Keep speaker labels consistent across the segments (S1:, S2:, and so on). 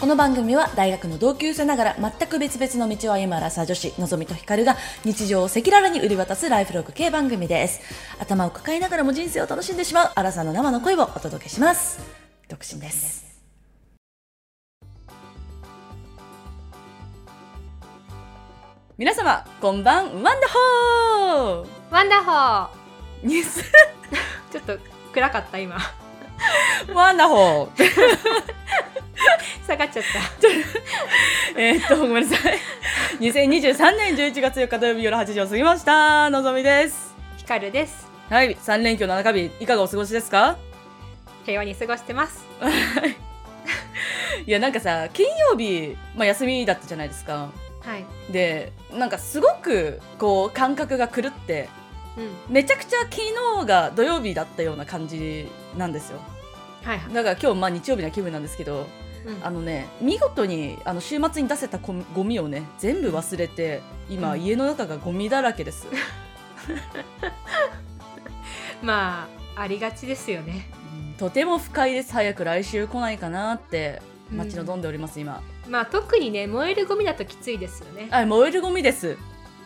S1: この番組は大学の同級生ながら全く別々の道を歩むアラサー女子のぞみとひかるが日常を赤裸々に売り渡すライフログ系番組です頭を抱えながらも人生を楽しんでしまうアラサーの生の声をお届けします独身です皆様こんばんワンダホー
S2: ワンダホー
S1: ニュース
S2: ちょっと暗かった今
S1: ワンダホー
S2: 下がっちゃっ
S1: えーっとごめんなさい2023年11月4日土曜日夜8時を過ぎましたのぞみです
S2: たひかるです
S1: はい3連休の中日いかがお過ごしですか
S2: 平和に過ごしてます
S1: いやなんかさ金曜日、まあ、休みだったじゃないですか
S2: はい
S1: でなんかすごくこう感覚が狂って
S2: うん
S1: めちゃくちゃ昨日が土曜日だったような感じなんですよ
S2: はいはい、
S1: だから今日まあ日曜日な気分なんですけど
S2: うん
S1: あのね見事にあの週末に出せたゴミゴミをね全部忘れて今、
S2: うん
S1: 家の中がゴミだらけです
S2: まあありがちですよね
S1: とても不快です早く来週来ないかなって待ち望んでおります、今
S2: まあ特にね燃えるゴミだときついですよね
S1: あ燃えるゴミです、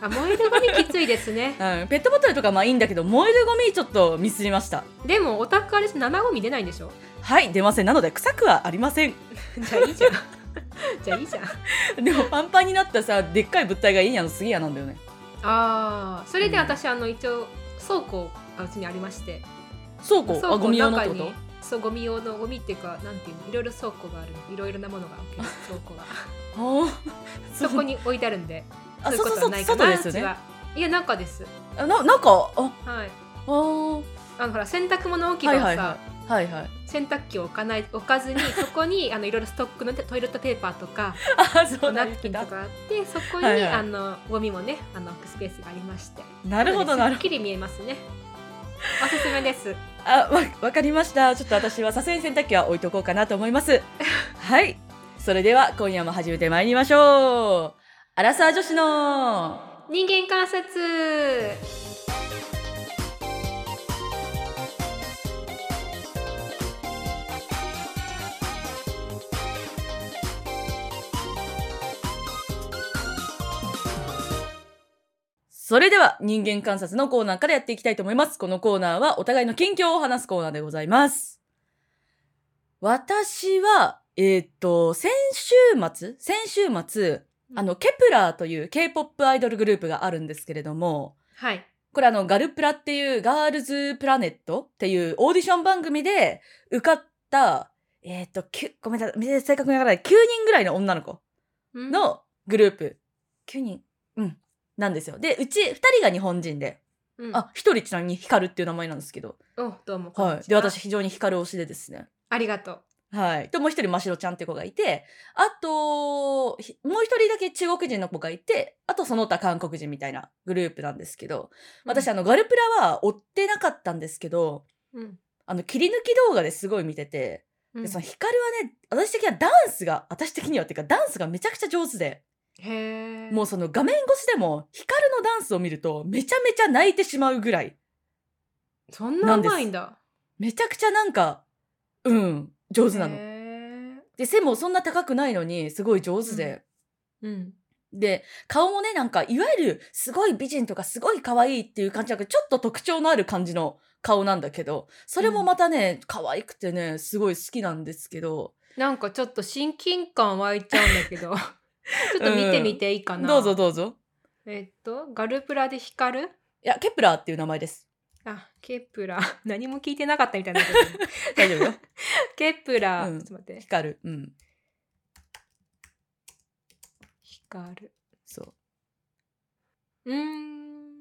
S2: あ燃えるゴミきついです ね
S1: うん、ペットボトルとかまあいいんだけど燃えるゴミちょっとミスりました
S2: でもお宅あれです生ゴミ出ないんでしょ
S1: はい出ませんなので臭くはありません
S2: じゃあいいじゃん じゃあいいじゃん
S1: でもパンパンになったさでっかい物体がいいやのすげえ嫌なんだよね
S2: ああそれで
S1: うん
S2: 私、あの一応倉庫がうちにありまして
S1: 倉庫
S2: 倉
S1: あ
S2: 庫
S1: ゴミ用のってこ
S2: 中
S1: と
S2: にそうゴミ用のゴミっていうかなんていうのいろいろ倉庫があるいろいろなものが 置ける倉庫が
S1: あー
S2: そこに置いてあるんで
S1: あ
S2: い
S1: そうそう
S2: こと
S1: そ
S2: は
S1: う
S2: ないか
S1: 外
S2: な
S1: ですよ
S2: うち
S1: ね
S2: はいや中です
S1: あななんかあ
S2: はい
S1: あー
S2: あのほら洗濯物置き場をさ、
S1: はいはいはい
S2: 洗濯機を置かない置かずにそこにあ のいろいろストックのトイレットペーパー とか
S1: あそう
S2: ナ
S1: だ
S2: プキンとかあってそこに、
S1: はいはい
S2: あのゴミもねあの置くスペースがありまして
S1: なるほどな
S2: な
S1: る
S2: ので
S1: ほ
S2: すっきり見えますねおすすめです
S1: どあわわかりましたちょっと私はさすがに洗濯機は置いとこうかなと思いますはいそれでは今夜も始めてまいりましょうアラサー女子の
S2: 人間観察
S1: それでは人間観察のコーナーからやっていきたいと思います。このコーナーはお互いの近況を話すコーナーでございます。私は、えーっと、先週末先週末、あの、ケプラーという K-POP アイドルグループがあるんですけれども、
S2: はい
S1: これあの、ガルプラっていう、ガールズプラネットっていうオーディション番組で受かった、えーっと、きゅごめんなさい、正確にわからない、9人ぐらいの女の子
S2: うん
S1: のグループ、9人、うん、なんですよ。で、うち2人が日本人で、
S2: うん
S1: あ、一人ちなみに光るっていう名前なんですけど。
S2: おどうもこん
S1: は
S2: に
S1: い。
S2: ち
S1: で、私非常に光る推しでですね。
S2: ありがとう
S1: はい。と、もう一人、ましろちゃんって子がいて、あと、ひもう一人だけ中国人の子がいて、あとその他韓国人みたいなグループなんですけど、私、あの、ガルプラは追ってなかったんですけど、
S2: うん
S1: あの、切り抜き動画ですごい見てて、
S2: う
S1: で
S2: ん
S1: その光はね、私的にはダンスが、私的にはっていうか、ダンスがめちゃくちゃ上手で、
S2: へえ
S1: もうその画面越しでも、光のダンスを見ると、めちゃめちゃ泣いてしまうぐらい、
S2: そんなうまいんだ
S1: めちゃくちゃなんか、うん、上手なの。
S2: へえ
S1: で、背もそんな高くないのに、すごい上手で。
S2: うん
S1: で、顔もね、なんか、いわゆる、すごい美人とか、すごい可愛いっていう感じじゃなくて、ちょっと特徴のある感じの顔なんだけど、それもまたね、可愛くてね、すごい好きなんですけど、
S2: なんかちょっと親近感湧いちゃうんだけ どちょっと見てみていいかな、
S1: どうぞどうぞ。
S2: えっとガルプラで光る
S1: いや、ケプラーっていう名前です。
S2: あケプラ 何も聞いてなかったみたいな
S1: 大丈夫よ。
S2: ケプラ、
S1: うん
S2: ちょっと待って
S1: 光る。うん。
S2: 光る
S1: そう。
S2: うーん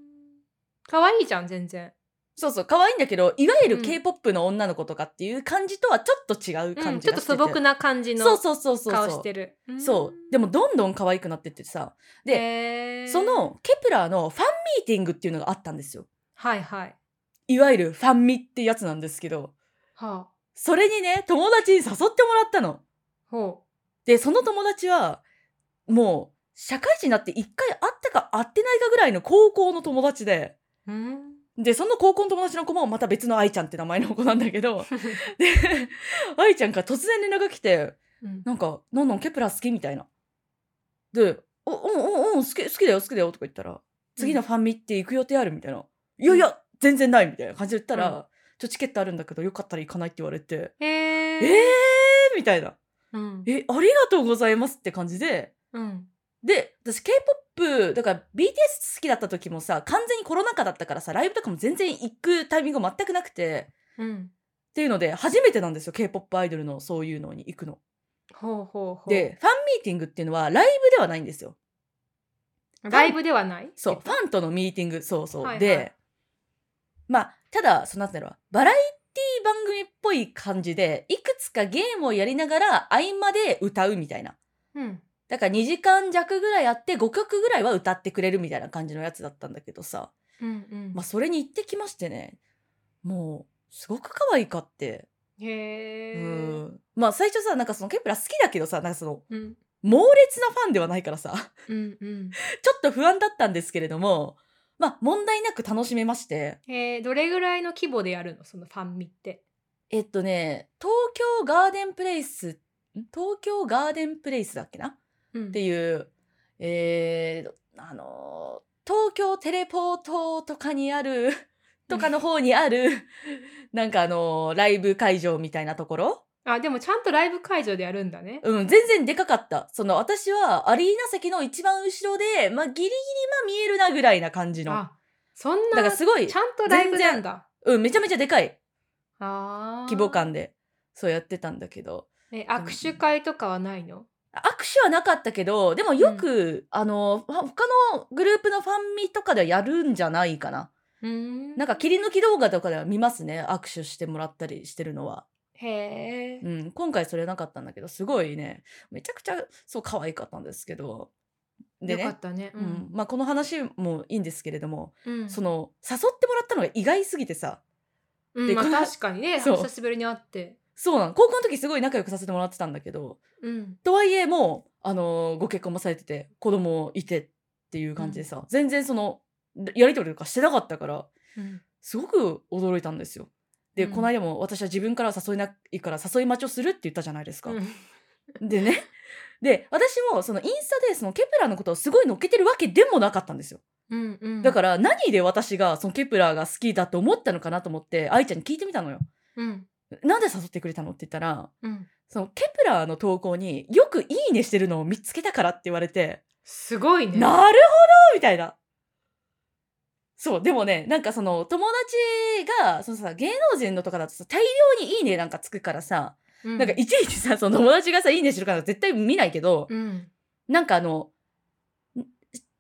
S2: 可愛いじゃん全然
S1: そうそう、可愛いんだけど、いわゆ
S2: う
S1: る
S2: ん
S1: K-POP の女の子とかっていう感じとはちょっと違う
S2: う
S1: 感
S2: ん
S1: じ
S2: ちょっ
S1: がしてて、
S2: と素朴な感じの
S1: そうそうそうそうそう。
S2: 顔してるうん
S1: そう。でも、どんどん可愛くなってってさ、で
S2: へー
S1: そのケプラーのファンミーティングっていうのがあったんですよ。
S2: はいはい
S1: いわゆるファンミってやつなんですけど、
S2: はあ
S1: それにね、友達に誘ってもらったの。
S2: ほ
S1: で、その友達は、もう、社会人になって一回会ったか会ってないかぐらいの高校の友達で、
S2: う うん
S1: で、その高校の友達の子もまた別の愛ちゃんって名前の子なんだけど、で、愛ちゃんから突然連絡が来て、
S2: うん
S1: なんか、のんのんケプラ好きみたいな。で、お、うんうんうん、好き、好きだよ、好きだよとか言ったら、次のファンミって行く予定あるみたいな。いやいや、全然ないみたいな感じで言ったら、
S2: うん
S1: ちょ、チケットあるんだけど、よかったら行かないって言われて、
S2: え
S1: え
S2: ー、
S1: ー、みたいな。
S2: うん
S1: え、ありがとうございますって感じで、
S2: うん
S1: で、私 K-POP、だから BTS 好きだった時もさ、完全にコロナ禍だったからさ、ライブとかも全然行くタイミングが全くなくて、
S2: うん
S1: っていうので、初めてなんですよ、K-POP アイドルのそういうのに行くの。
S2: ほうほうほう
S1: で、ファンミーティングっていうのはライブではないんですよ。
S2: ライブではない
S1: そう、ファンとのミーティング、そうそう。
S2: はいはい
S1: で、まあ、ただ、そのなんていうのバラエティ番組っぽい感じで、いくつかゲームをやりながら合間で歌うみたいな。
S2: うん
S1: だから2時間弱ぐらいあって5曲ぐらいは歌ってくれるみたいな感じのやつだったんだけどさ、
S2: うんうん
S1: まあ、それに行ってきましてね、もう、すごく可愛いかって。う
S2: へえ
S1: ん。まあ、最初さ、なんかそのケンプラ好きだけどさ、なんかその、
S2: うん
S1: 猛烈なファンではないからさ。
S2: うんうん
S1: ちょっと不安だったんですけれども、まあ問題なく楽しめまして、
S2: えー、どれぐらいの規模でやるのそのファンミって
S1: えっとね、東京ガーデンプレイス、ん東京ガーデンプレイスだっけなっ
S2: うん
S1: ていう、えー、あのー東京テレポートとかにある、とかの方にある、なんかあのーライブ会場みたいなところ
S2: あでもちゃんとライブ会場でやるんだね
S1: うん、全然でかかった。その、私はアリーナ席の一番後ろで、まあ、ギリギリ、まあ、見えるなぐらいな感じの。
S2: あそん
S1: だ
S2: な
S1: からすごい
S2: ち、ゃんとライブなんだ
S1: うん、めちゃめちゃでかい。
S2: あー
S1: 規模感でそうやってたんだけど
S2: え握手会とかはないの
S1: 握手はなかったけどでもよく、あのほ他のグループのファンミとかではやるんじゃないかな
S2: うーん
S1: なんか切り抜き動画とかでは見ますね握手してもらったりしてるのは、
S2: へえ
S1: うん、今回それはなかったんだけどすごいねめちゃくちゃそう可愛かったんですけどで
S2: よ
S1: ね
S2: かったね
S1: うんまあ、この話もいいんですけれども、
S2: うん
S1: その誘ってもらったのが意外すぎてさ
S2: うん
S1: で
S2: まあ
S1: この
S2: 確かに ね
S1: そう
S2: 久しぶりに会って
S1: そうなの高校の時すごい仲良くさせてもらってたんだけど
S2: うん
S1: とはいえもう、あのーご結婚もされてて子供いてっていう感じでさ、全然そのやり取りとかしてなかったから
S2: うん
S1: すごく驚いたんですよ。で、
S2: うん
S1: この間も私は自分からは誘えないから誘い待ちをするって言ったじゃないですか。
S2: うん
S1: でねで私もそのインスタでそのケプラーのことをすごい乗っけてるわけでもなかったんですよ。
S2: うんうん
S1: だから何で私がそのケプラーが好きだと思ったのかなと思って愛ちゃんに聞いてみたのよ。
S2: うん
S1: なんで誘ってくれたのって言ったら
S2: うん
S1: そのケプラーの投稿によく「いいね」してるのを見つけたからって言われて
S2: すごいね
S1: なるほどみたいな。そう、でもね、なんかその友達が、そのさ、芸能人のとかだとさ、大量にいいねなんかつくからさ、
S2: うん
S1: なんかいちいちさ、その友達がさ、いいねしてるから絶対見ないけど、
S2: うん
S1: なんかあの、ん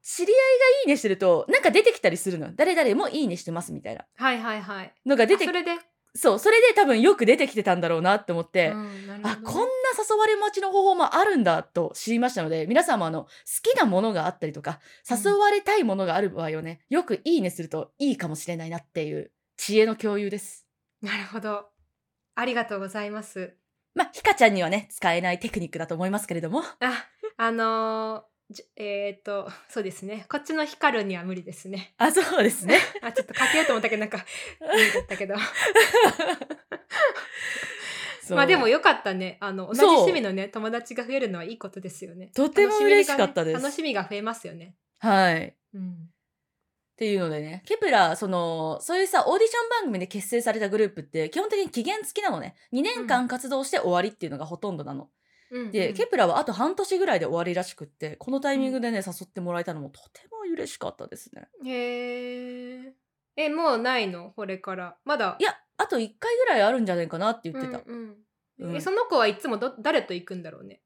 S1: 知り合いがいいねしてると、なんか出てきたりするのよ。誰々もいいねしてますみたいな
S2: はいはいはい
S1: のが出
S2: あ
S1: て
S2: それで
S1: そう、それで多分よく出てきてたんだろうなって思って、
S2: うんなる
S1: あ、
S2: ほ
S1: こんな
S2: どね
S1: 誘われ待ちの方法もあるんだと知りましたので、皆さんもあの、好きなものがあったりとか、誘われたいものがある場合をね、よくいいねするといいかもしれないなっていう知恵の共有です。
S2: なるほどありがとうございます
S1: まあ、ひかちゃんにはね、使えないテクニックだと思いますけれども。
S2: ああのーじえっとそうですねこっちの光るには無理ですね
S1: あ、そうですね。
S2: あちょっとかけようと思ったけどなん か無理だったけど
S1: そう
S2: まあでも、よかったねあの同じ
S1: そう
S2: 趣味のね友達が増えるのはいいことですよね
S1: とても嬉しかった
S2: 楽みがね
S1: です
S2: 楽しみが増えますよね
S1: はい。っ
S2: うん
S1: ていうのでね、ケプラ、その、そういうさ、オーディション番組で結成されたグループって、基本的に期限付きなのね。2年間活動して終わりっていうのがほとんどなの。
S2: うん
S1: で、
S2: うん
S1: ケプラはあと半年ぐらいで終わりらしくってこのタイミングでね、誘ってもらえたのもとても嬉しかったですね
S2: へええもうないのこれからまだ
S1: いやあと1回ぐらいあるんじゃないかなって言ってた、
S2: うんうん
S1: うん
S2: えその子はいつもど誰と行くんだろうね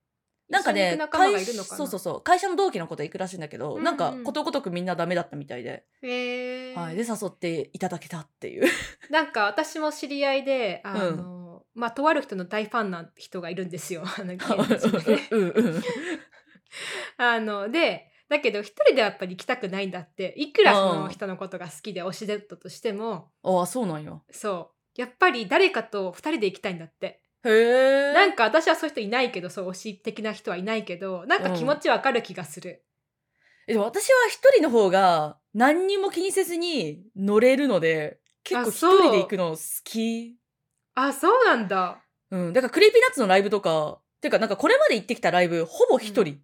S1: なんか
S2: 一緒
S1: ね
S2: に行く仲間が
S1: 会
S2: い
S1: 社
S2: るのかな
S1: そうそうそう会社の同期の子と行くらしいんだけど、
S2: うんうん
S1: なんかことごとくみんなダメだったみたいで、
S2: へえ
S1: はい、で誘っていただけたっていう
S2: なんか私も知り合いであの、まあとある人の大ファンな人がいるんですよ あ の芸能人のね
S1: うんうん
S2: あのでだけど一人ではやっぱり行きたくないんだっていくらその人のことが好きで推しだったとしても
S1: ああそうなんや
S2: そうやっぱり誰かと二人で行きたいんだって
S1: へえ
S2: なんか私はそういう人いないけどそう推し的な人はいないけどなんか気持ちわかる気がする、
S1: でも私は一人の方が何にも気にせずに乗れるので結構
S2: あ
S1: 一
S2: そう
S1: 人で行くの好き
S2: あそうなんだ
S1: うん、だからクリーピーナッツのライブとかていうか、なんかこれまで行ってきたライブ、ほぼ一人。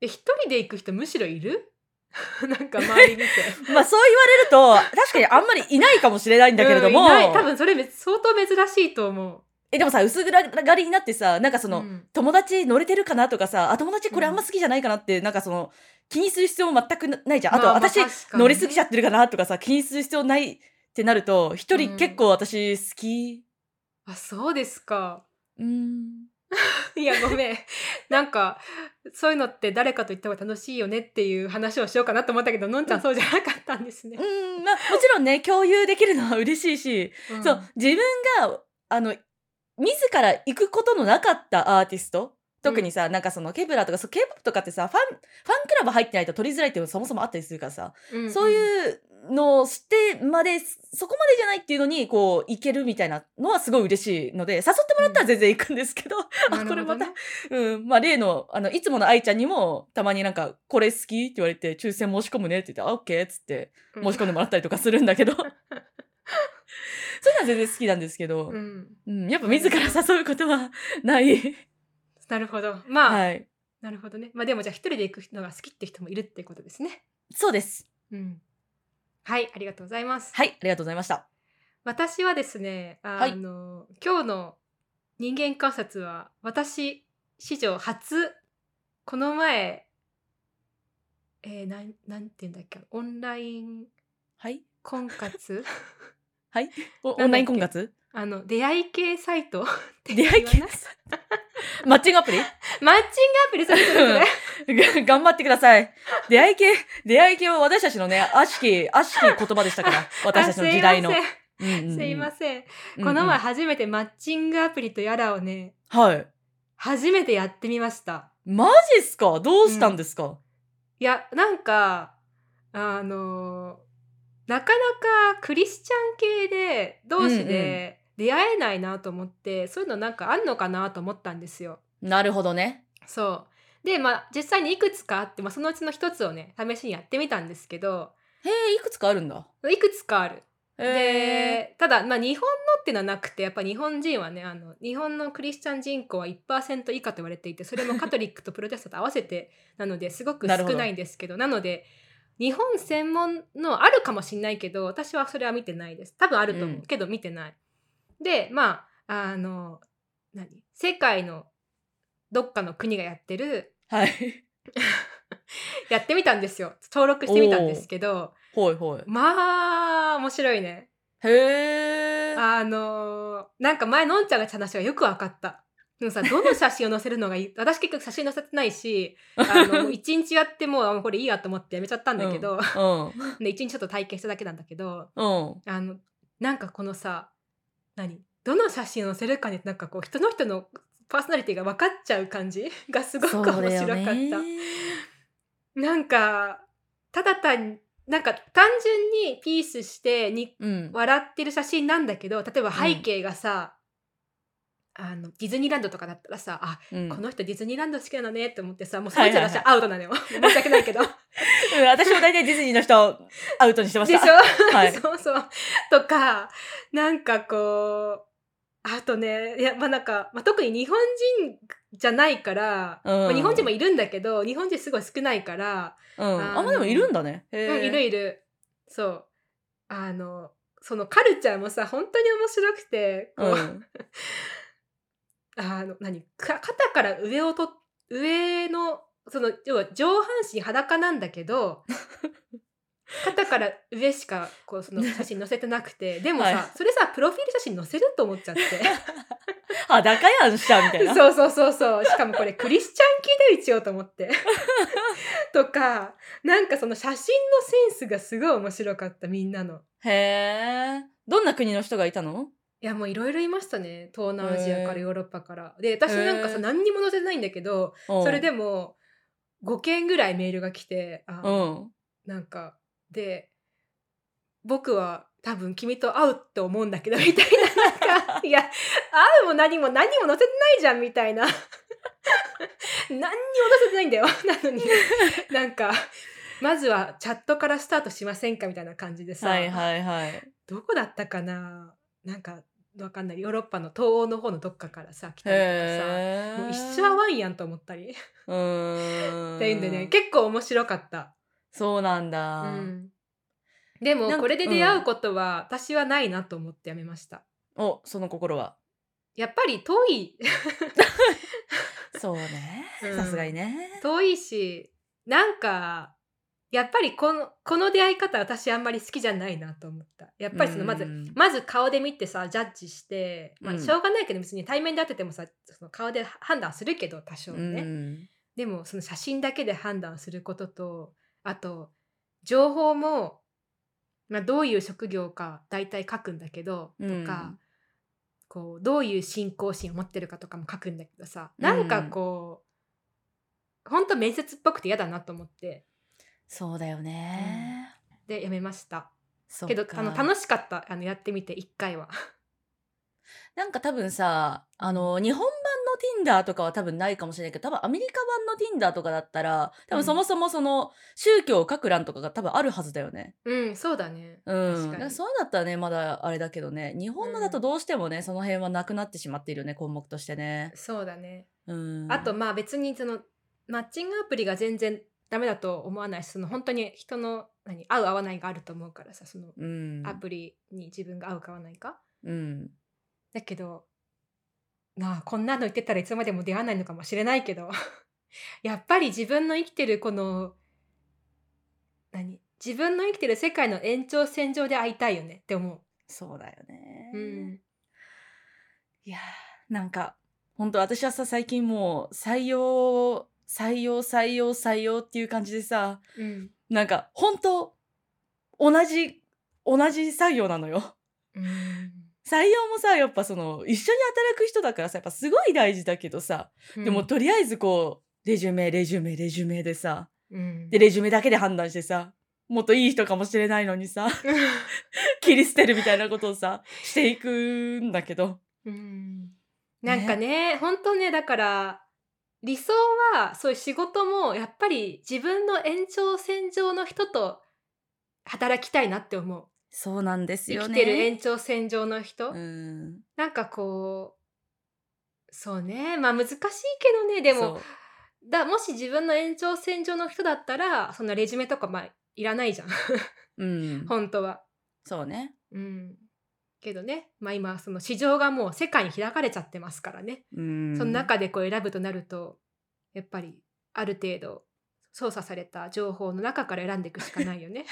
S2: え一人で行く人むしろいる なんか周り見て
S1: まあそう言われると、確かにあんまりいないかもしれ ないんだけれども、
S2: うんいない多分それめ相当珍しいと思う
S1: え、でもさ、薄暗がりになってさ、なんかその、
S2: うん
S1: 友達乗れてるかなとかさ、あ、友達これあんま好きじゃないかなって、なんかその、気にする必要全くなないじゃん。あと、
S2: まあまあ
S1: 私、
S2: 確かに
S1: 乗りすぎちゃってるかなとかさ、気にする必要ないってなると、一
S2: う
S1: 人
S2: ん
S1: 結構私好き。
S2: あそうですか
S1: うん。
S2: いやごめんなんかそういうのって誰かと行った方が楽しいよねっていう話をしようかなと思ったけどのんちゃんそうじゃなかったんですね
S1: う、ん、まあ、もちろんね、共有できるのは嬉しいし、
S2: ん
S1: そう、自分が、あの、自ら行くことのなかったアーティスト特にさ、なんかその、ケブラーとか、そう、K-POP とかってさ、ファン、ファンクラブ入ってないと取りづらいっていうのそもそもあったりするからさ、
S2: うん
S1: そういうのをしてまで、そこまでじゃないっていうのに、こう、行けるみたいなのはすごい嬉しいので、誘ってもらったら全然行くんですけど、
S2: なるほどね
S1: これまたうん、まあ、例の、あの、いつもの愛ちゃんにも、たまになんか、これ好きって言われて、抽選申し込むねって言って、あ、オッケーっつって、
S2: うん
S1: 申し込んでもらったりとかするんだけ ど、そういうのは全然好きなんですけど
S2: う、ん
S1: うん、やっぱ自ら誘うことはない。
S2: なるほどまあ、
S1: はい。
S2: なるほどねまあでもじゃあ一人で行くのが好きって人もいるってことですね
S1: そうです。
S2: うんはいありがとうございます
S1: はい、ありがとうございました。
S2: 私はですねあの、今日の人間観察は私史上初この前えー、なんなんていうんだっけオンライン
S1: はい。
S2: 婚活
S1: おオ
S2: なんだっけ
S1: ンライン婚 活
S2: あの出会い系サイ トって
S1: 出会い系
S2: 言わな
S1: マッチングアプリ
S2: マッチングアプリそれそれそ
S1: が
S2: れ
S1: 頑張ってください。出会い系、出会い系は私たちのね、悪しき、悪しき言葉でした から、 私たちの時代の。
S2: あ
S1: うんうんうん
S2: すいません、すいませ
S1: う
S2: ん、
S1: んうん
S2: この前初めてマッチングアプリとやらをね
S1: はい。
S2: 初めてやってみました
S1: マジっすかどうしたんですか、
S2: いやなんかあのなかなかクリスチャン系で同士で出会えないなと思って、そういうのなんかあんのかなと思ったんですよ。
S1: なるほどね。
S2: そうでまあ実際にいくつかあって、まあ、そのうちの一つをね試しにやってみたんですけど
S1: へえ、いくつかあるんだ。
S2: いくつかある。
S1: へえ。
S2: でただ、まあ、日本のっていうのはなくてやっぱ日本人はねあの日本のクリスチャン人口は1%以下と言われていてそれもカトリックとプロテスタント合わせてなのですごく
S1: な
S2: 少
S1: るほど
S2: ないんですけどなので日本専門のあるかもしれないけど私はそれは見てないです多分あると思う、
S1: うん
S2: けど見てないでまああの何世界のどっかの国がやってる
S1: はい。
S2: やってみたんですよ登録してみたんですけど
S1: ほいほい。
S2: まあ面白いね
S1: へえ。
S2: あのーなんか前のんちゃんが言った話がよく分かった。でもさ、どの写真を載せるのがいい私結局写真載せてないし、あの、もう一日やってもうあもうこれいいやと思ってやめちゃったんだけ
S1: う
S2: ど、
S1: ん。
S2: で、一日ちょっと体験しただけなんだけど、
S1: うん。
S2: あの、なんかこのさ、何どの写真を載せるかに、なんかこう、人の人のパーソナリティが分かっちゃう感じ がすごく
S1: そう
S2: 面
S1: だよ
S2: 白かっ
S1: ね
S2: た。なんか、ただ単に、なんか単純にピースしてに
S1: うん。
S2: 笑ってる写真なんだけど例えば背景がさ、あのディズニーランドとかだったらさあ、
S1: うん
S2: この人ディズニーランド好きなのねって思ってさもうその人
S1: はいはい
S2: の
S1: はい
S2: 写アウトなのよ、申し訳ないけ どで
S1: うん私も大体ディズニーの人をアウトにしてまし
S2: しょ
S1: た。、はい
S2: そうそうとかなんかこうあとねいやまあなんか、まあ、特に日本人じゃないから、
S1: うん
S2: まあ日本人もいるんだけど日本人すごい少ないから、
S1: うん。あ、まあでもいるんだね。へ
S2: うん、
S1: ー
S2: いるいる。そう。あの、そのカルチャーもさ、本当に面白くて、こう、
S1: うん。
S2: あの、何か肩から上をと、上の、その、要は上半身裸なんだ けど、肩から上しか、こう、その写真載せてな くて、でもさ、
S1: はい
S2: それさ、プロフィール写真載せると思っちゃって。
S1: 裸やんしちゃうみたいな。
S2: そうそうそうそう。しかもこれクリスチャン系で一応と思って。 とか、なんかその写真のセンスがすごい面白かった、みんなの。
S1: へえ。どんな国の人がいたの
S2: いやもういろいろいましたね東南アジアか
S1: へ
S2: ら
S1: ー
S2: ヨーロッパからで私なんか
S1: へー
S2: さ何にも載せてないんだけど
S1: そ
S2: それでも5件ぐらいメールが来てあ
S1: うん。
S2: なんかで僕は多分君と会うって思うんだけどみたいななんかいや会うも何も何も載せてないじゃんみたいな何にも載せてないんだよなのになんかまずはチャットからスタートしませんかみたいな感じでさ、
S1: はいはいはい。
S2: どこだったかななんかわかんないヨーロッパの東欧の方のどっかからさ来たりとかさ
S1: へえ
S2: もう一緒はワンやんと思ったりっ
S1: うーん
S2: ていうんでね結構面白かった。
S1: そうなんだ、
S2: うんでも
S1: なんか
S2: これで出会うことは私はないなと思ってやめました。
S1: おその心は
S2: やっぱり遠い
S1: そうね
S2: うん
S1: さすがにね
S2: 遠いしなんかやっぱりこのこの出会い方私あんまり好きじゃないなと思った。やっぱりそのまず
S1: うん
S2: まず顔で見てさジャッジして、ま
S1: う
S2: あ、
S1: ん
S2: しょうがないけど別に対面で会っててもさその顔で判断するけど多少
S1: う
S2: ね、
S1: ん
S2: でもその写真だけで判断することとあと情報も、まあ、どういう職業か大体書くんだけどと
S1: うん
S2: か、こうどういう信仰心を持ってるかとかも書くんだけどさ
S1: うん
S2: なんかこう、ほんと面接っぽくて嫌だなと思って
S1: そうだよね、
S2: でやめました
S1: そっ
S2: けど
S1: か
S2: あの楽しかったあのやってみて1回は。
S1: なんか多分さ、あの、日本版の Tinder とかは多分ないかもしれないけど、多分アメリカ版の Tinder とかだったら、多
S2: う
S1: 分
S2: ん
S1: そもそもその宗教を書く欄とかが多分あるはずだよね。
S2: うんそうだね
S1: うん。
S2: 確かに
S1: だらそうだったらね、まだあれだけどね、日本のだと
S2: うん
S1: どうしてもね、その辺はなくなってしまっているよね、項目としてね。
S2: そうだね、
S1: うん。
S2: あと、まあ別にそのマッチングアプリが全然ダメだと思わないしその本当に人の何合う合わないがあると思うからさその
S1: うん。
S2: アプリに自分が合うか合わないか、
S1: うん。
S2: だけどなあこんなの言ってたらいつまでも出会わないのかもしれないけど やっぱり自分の生きてるこの何自分の生きてる世界の延長線上で会いたいよねって思
S1: そうだよね。
S2: う。うん、
S1: いやーなんか本当私はさ最近もう採用採用採用採用っていう感じでさ
S2: うん
S1: なんか本当同じ同じ作業なのよ。
S2: うん
S1: 採用もさやっぱその一緒に働く人だからさやっぱすごい大事だけどさ、でも、とりあえずこうレジュメレジュメレジュメでさ
S2: うん、
S1: でレジュメだけで判断してさもっといい人かもしれないのにさ 切り捨てるみたいなことをさしていくんだけど。
S2: うんなんかね本当ねだから理想はそういう仕事もやっぱり自分の延長線上の人と働きたいなって思う
S1: そうなんです
S2: 生
S1: よ
S2: き
S1: ね。
S2: てる延長線上の人、
S1: うん
S2: なんかこうそうねまあ難しいけどねでもだもし自分の延長線上の人だったらそんなレジュメとかまあいらないじゃん
S1: そう、うん、
S2: 本当は。
S1: そうね。
S2: うんけどね、まあ、今その市場がもう世界に開かれちゃってますからね。
S1: うん
S2: その中でこう選ぶとなるとやっぱりある程度操作された情報の中から選んでいくしかないよ ね。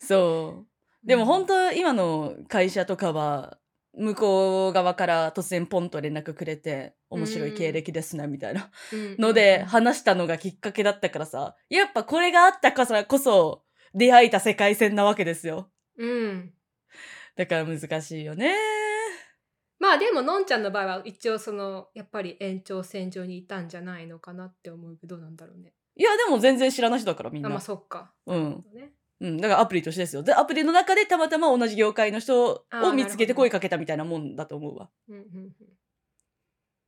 S1: そう。でも本当今の会社とかは向こう側から突然ポンと連絡くれて面白い経歴ですねみたいな
S2: 当
S1: ので話したのがきっかけだったからさやっぱこれがあったからこそ出会えた世界線なわけですよ
S2: うん、
S1: だから難しいよね
S2: まあでものんちゃんの場合は一応そのやっぱり延長線上にいたんじゃないのかなって思うけどどうなんだろうね。
S1: いやでも全然知らない人だからみん
S2: あ
S1: な、
S2: まあそっか。
S1: うん、
S2: ね、
S1: うん、だからアプリとしてですよでアプリの中でたまたま同じ業界の人
S2: あー
S1: を見つけて
S2: なるほど
S1: 声かけたみたいなもんだと思うわ
S2: うんうんうん、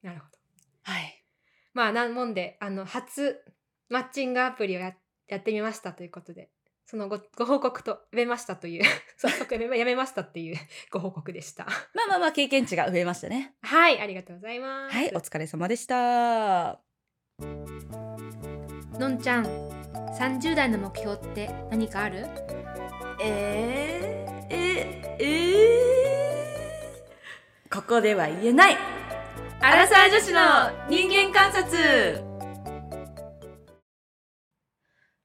S2: なるほど。
S1: はい
S2: まあなんもんであの初マッチングアプリをややってみましたということでそのごご報告とやめましたという 早速やめやめましたっていうご報告でした。
S1: まあまあまあ経験値が増えましたね
S2: はい、ありがとうございます。
S1: はい、お疲れ様でした。
S2: のんちゃん、30代の目標って何かある
S1: えー、え、えー、ここでは言えない。
S2: アラサー女子
S1: 人間観察。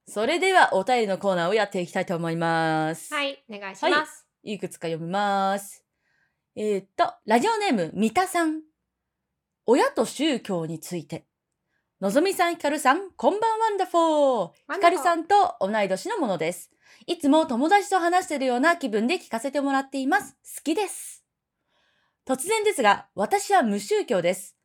S1: それではお便りのコーナーをやっていきたいと思います。、
S2: はいい、お願いします。
S1: いくつか読みます。えー、っと、ラジオネーム、三田さん。親と宗教について。のぞみさん、ひかるさん、こんばんワンダフォー。
S2: ワ
S1: ひ
S2: ン
S1: か
S2: ダフォー
S1: るさんと同い年のものです。いつも友達と話してるような気分で聞かせてもらっています。好きです。突然ですが、私は無宗教です。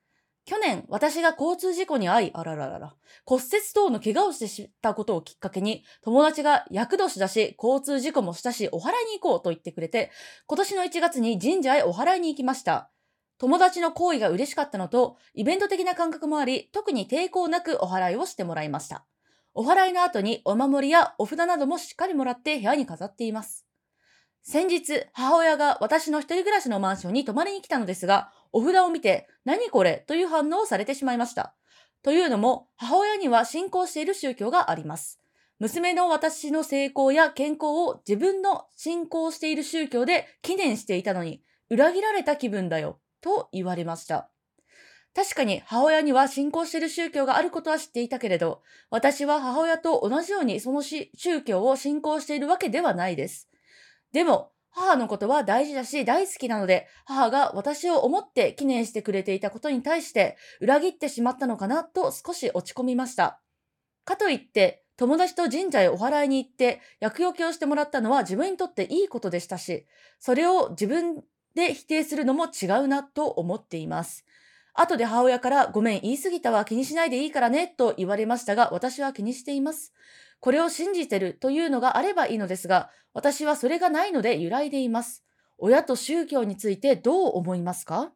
S1: 去年、私が交通事故に遭い、あらららら、骨折等の怪我をしてしたことをきっかけに、友達が厄年だし、交通事故もしたし、お祓いに行こうと言ってくれて、今年の1月に神社へお祓いに行きました。友達の行為が嬉しかったのと、イベント的な感覚もあり、特に抵抗なくお祓いをしてもらいました。お祓いの後にお守りやお札などもしっかりもらって部屋に飾っています。先日、母親が私の一人暮らしのマンションに泊まりに来たのですが、お札を見て、何これという反応をされてしまいました。というのも、母親には信仰している宗教があります。娘の私の成功や健康を自分の信仰している宗教で記念していたのに、裏切られた気分だよ、と言われました。確かに母親には信仰している宗教があることは知っていたけれど、私は母親と同じようにそのし宗教を信仰しているわけではないです。でも、母のことは大事だし大好きなので、母が私を思って記念してくれていたことに対して、裏切ってしまったのかなと少し落ち込みました。かといって、友達と神社へお祓いに行って、厄除けをしてもらったのは自分にとっていいことでしたし、それを自分で否定するのも違うなと思っています。後で母親からごめん言い過ぎたわ気にしないでいいからねと言われましたが、私は気にしています。これを信じてるというのがあればいいのですが、私はそれがないので揺らいでいます。親と宗教についてどう思いますか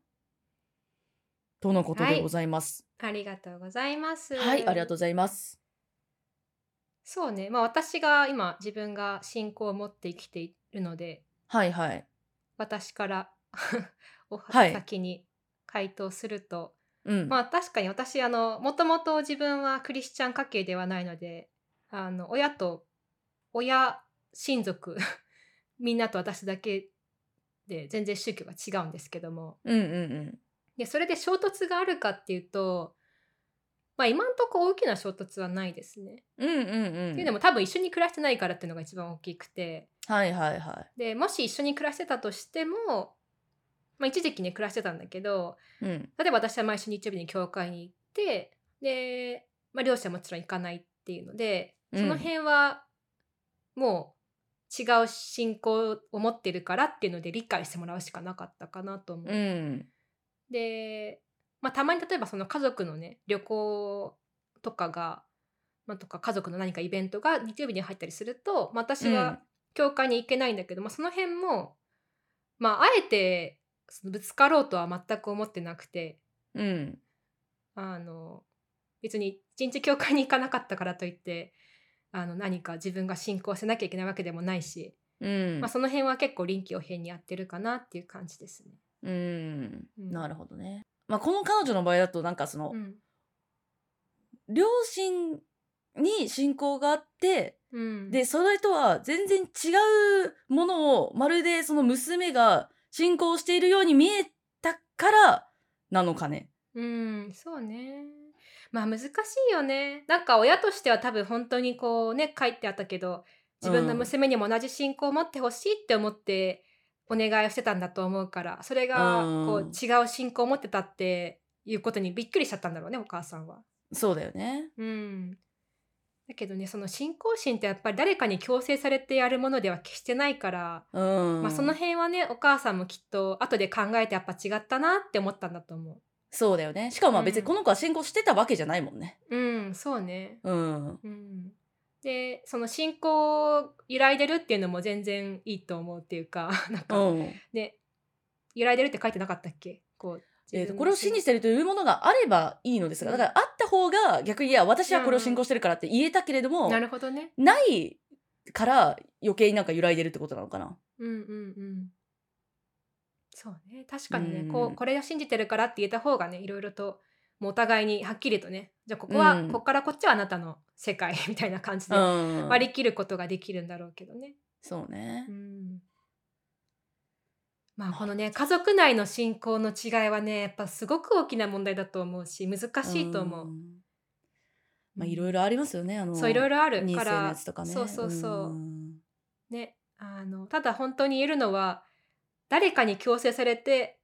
S1: とのことでございます。
S2: ありがとうございます。
S1: はい、ありがとうございます。
S2: そうね、まあ、私が今自分が信仰を持って生きているので
S1: はいはい。
S2: 私から お
S1: はい
S2: 先に回答すると、
S1: うん。
S2: まあ確かに私あのもともと自分はクリスチャン家系ではないのであの親と親親族 みんなと私だけで全然宗教が違うんですけども
S1: うんうんうん。
S2: でそれで衝突があるかっていうと、まあ、今んとこ大きな衝突はないですね。
S1: うんうん
S2: っ
S1: う
S2: てい
S1: ん。
S2: うのも多分一緒に暮らしてないからっていうのが一番大きくて
S1: はいはいは
S2: でもし一緒に暮らしてたとしても、まあ、一時期ね暮らしてたんだけど
S1: い。うん。
S2: 例えば私は毎週日曜日に教会に行ってで、まあ、両親はもちろん行かないっていうので
S1: うん
S2: その辺はもう違う信仰を持ってるからっていうので理解してもらうしかなかったかなと思う。
S1: うん。
S2: で、まあ、たまに例えばその家族のね旅行とかが、まあ、とか家族の何かイベントが日曜日に入ったりすると、まあ、私
S1: うん
S2: は教会に行けないんだけど、まあ、その辺も、まあ、あえてそのぶつかろうとは全く思ってなくて
S1: うん。
S2: あの別に一日教会に行かなかったからといってあの何か自分が信仰せなきゃいけないわけでもないし、
S1: うん
S2: まあ、。その辺は結構臨機応変にやってるかなっていう感じですね。
S1: うん。
S2: うん
S1: なるほどね。まあこの彼女の場合だとなんかその、
S2: うん
S1: 両親に信仰があって、
S2: うん、
S1: でそれとは全然違うものをまるでその娘が信仰しているように見えたからなのかね。
S2: うん、そうね。まあ難しいよね。なんか親としては多分本当にこうね書いてあったけど自分の娘にも同じ信仰を持ってほしいって思ってお願いをしてたんだと思うからそれが
S1: うん
S2: こう違う信仰を持ってたっていうことにびっくりしちゃったんだろうねお母さんは。
S1: そうだよね。
S2: うん、だけどねその信仰心ってやっぱり誰かに強制されてやるものでは決してないから、
S1: うん。
S2: まあ、その辺はねお母さんもきっと後で考えてやっぱ違ったなって思ったんだと思
S1: そうだよね。しかもまあ別に
S2: うん
S1: この子は信仰してたわけじゃないもんね。
S2: う。うんそうね。
S1: うん。
S2: うん、でその信仰揺らいでるっていうのも全然いいと思うっていうか なん
S1: う
S2: か、
S1: ん。
S2: ね揺らいでるって書いてなかったっけこう
S1: えー
S2: 自分
S1: と
S2: の
S1: これを信じてるというものがあればいいのですが、
S2: うん
S1: だからあった方が逆にいや私はこれを信仰してるからって言えたけれども、
S2: なるほどね
S1: ないから余計になんか揺らいでるってことなのかな。
S2: うんうんうんそうね確かにね、
S1: うん
S2: こうこれを信じてるからって言えた方がねいろいろともうお互いにはっきりとねじゃあここは、
S1: うん
S2: ここからこっちはあなたの世界みたいな感じで
S1: うん。
S2: 割り切ることができるんだろうけどね。
S1: そうね
S2: う。んまあこのね家族内の信仰の違いはねやっぱすごく大きな問題だと思うし難しいと思う。
S1: ん。まあいろいろありますよね。あの
S2: そういろいろある
S1: 人生
S2: か
S1: のや
S2: ら
S1: つとかね。
S2: そうそうそう
S1: うん
S2: ねあのただ本当に言えるのは誰かに強制されて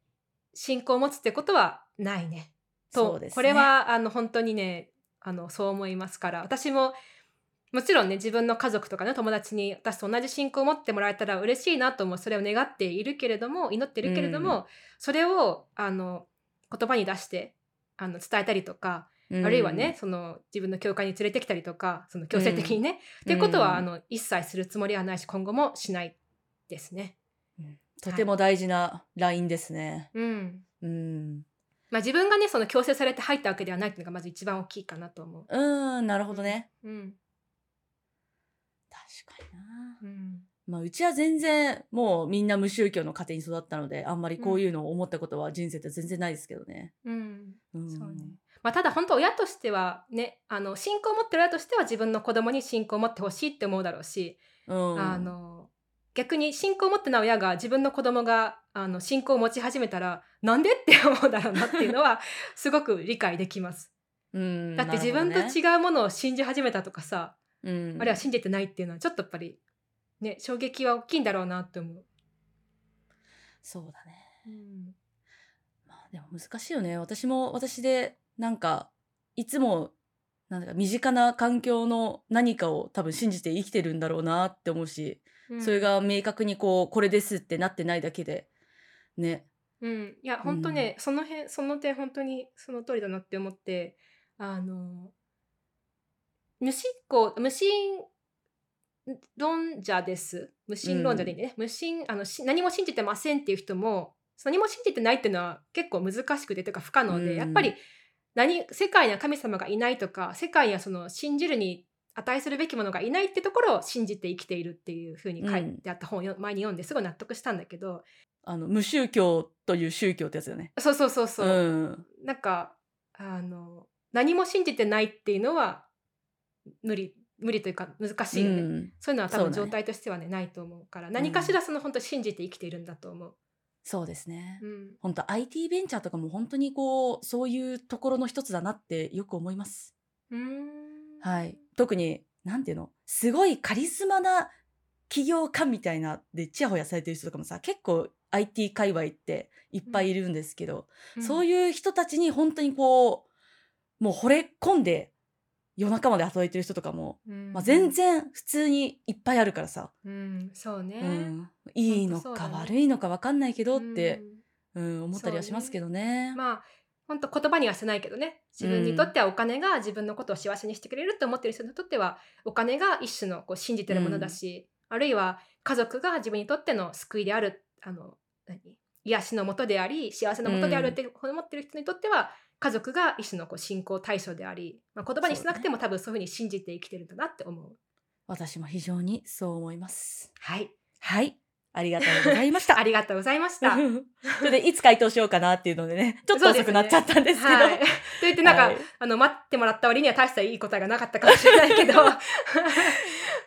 S2: 信仰を持つってことはないね。と
S1: そうですね
S2: これはあの本当にねあのそう思いますから私ももちろんね自分の家族とかね友達に私と同じ信仰を持ってもらえたら嬉しいなと思うそれを願っているけれども祈ってるけれども、それをあの言葉に出してあの伝えたりとか、あるいはね、その自分の教会に連れてきたりとかその強制的にね、っていうことは、あ
S1: うん
S2: の一切するつもりはないし今後もしないですね。
S1: とても大事なラインですね。
S2: うん
S1: うん。
S2: まあ、自分がねその強制されて入ったわけではないっていうのがまず一番大きいかなと思う。
S1: うん、なるほどね。
S2: うん
S1: 確かにな。
S2: うん
S1: まあ、うちは全然もうみんな無宗教の家庭に育ったのであんまりこういうのを思ったことは人生って全然ないですけどね。
S2: うん
S1: うん
S2: そうねまあ、ただ本当親としてはねあの信仰を持ってる親としては自分の子供に信仰を持ってほしいって思うだろうし、
S1: うん、
S2: あの逆に信仰を持ってない親が自分の子供があの信仰を持ち始めたらなんでって思うだろうなっていうの はすごく理解できます。
S1: うん、
S2: だって自分と違うものを信じ始めたとかさ、
S1: う、ん、
S2: あるいは信じてないっていうのはちょっとやっぱりね衝撃は大きいんだろうなって思う。
S1: そうだね。
S2: うん
S1: まあ、でも難しいよね。私も私でなんかいつもなんか身近な環境の何かを多分信じて生きてるんだろうなって思うし、それ、が明確にこうこれですってなってないだけでね。
S2: うん、いや本当ね、その辺その点本当にその通りだなって思ってあの無信仰無信論者です無信論者でいいね、無信あのし何も信じてませんっていう人も何も信じてないっていうのは結構難しくてというか不可能で、
S1: うん
S2: やっぱり何世界には神様がいないとか世界にはその信じるに値するべきものがいないってところを信じて生きているっていうふうに書いてあった本をよ前に読んですごい納得したんだけど
S1: あの無宗教という宗教ってやつよね。
S2: そうそうそうそう、
S1: うん、
S2: なんかあの何も信じてないっていうのは無理無理というか難しいよね、
S1: うん、
S2: そういうのは多
S1: そう
S2: 分
S1: だね
S2: 状態としてはねないと思うから何かしらその本当信じて生きているんだと思う、
S1: そうですね
S2: う。ん、
S1: 本当 IT ベンチャーとかも本当にこうそういうところの一つだなってよく思います。
S2: うーん
S1: はい、特になんていうのすごいカリスマな起業家みたいなでちやほやされてる人とかもさ結構 IT 界隈っていっぱいいるんですけど、そう
S2: い
S1: いう人たちに本当にこうもう惚れ込んで夜中まで働いてる人とかも、
S2: うん、
S1: まあ、全然普通にいっぱいあるからさ、
S2: うんそうね、
S1: うん、いいの
S2: ほんとそ
S1: か
S2: うだね
S1: 悪いのか分かんないけどって、
S2: うん
S1: うん思ったりはしますけどね。
S2: まあ本当言葉にはしてないけどね自分にとってはお金が自分のことを幸せにしてくれると思ってる人にとってはお金が一種のこう信じてるものだし、あるいは家族が自分にとっての救いであるあの何癒しのもとであり幸せのもとであるって思ってる人にとっては、家族が一種のこう信仰対象であり、まあ、言葉にしなくても多分そういうふうに信じて生きてるんだなって思う。
S1: 私も非常にそう思います。
S2: はい、
S1: はい、ありがとうございました
S2: あ。りがとうございました。
S1: それでいつ回答しようかなっていうのでね ちょっと
S2: そうです
S1: 遅く
S2: ね
S1: なっちゃったんですけど。
S2: はい、と 言ってなんか、
S1: はい
S2: あの待ってもらった割には大したいい答えがなかったかもしれないけ ど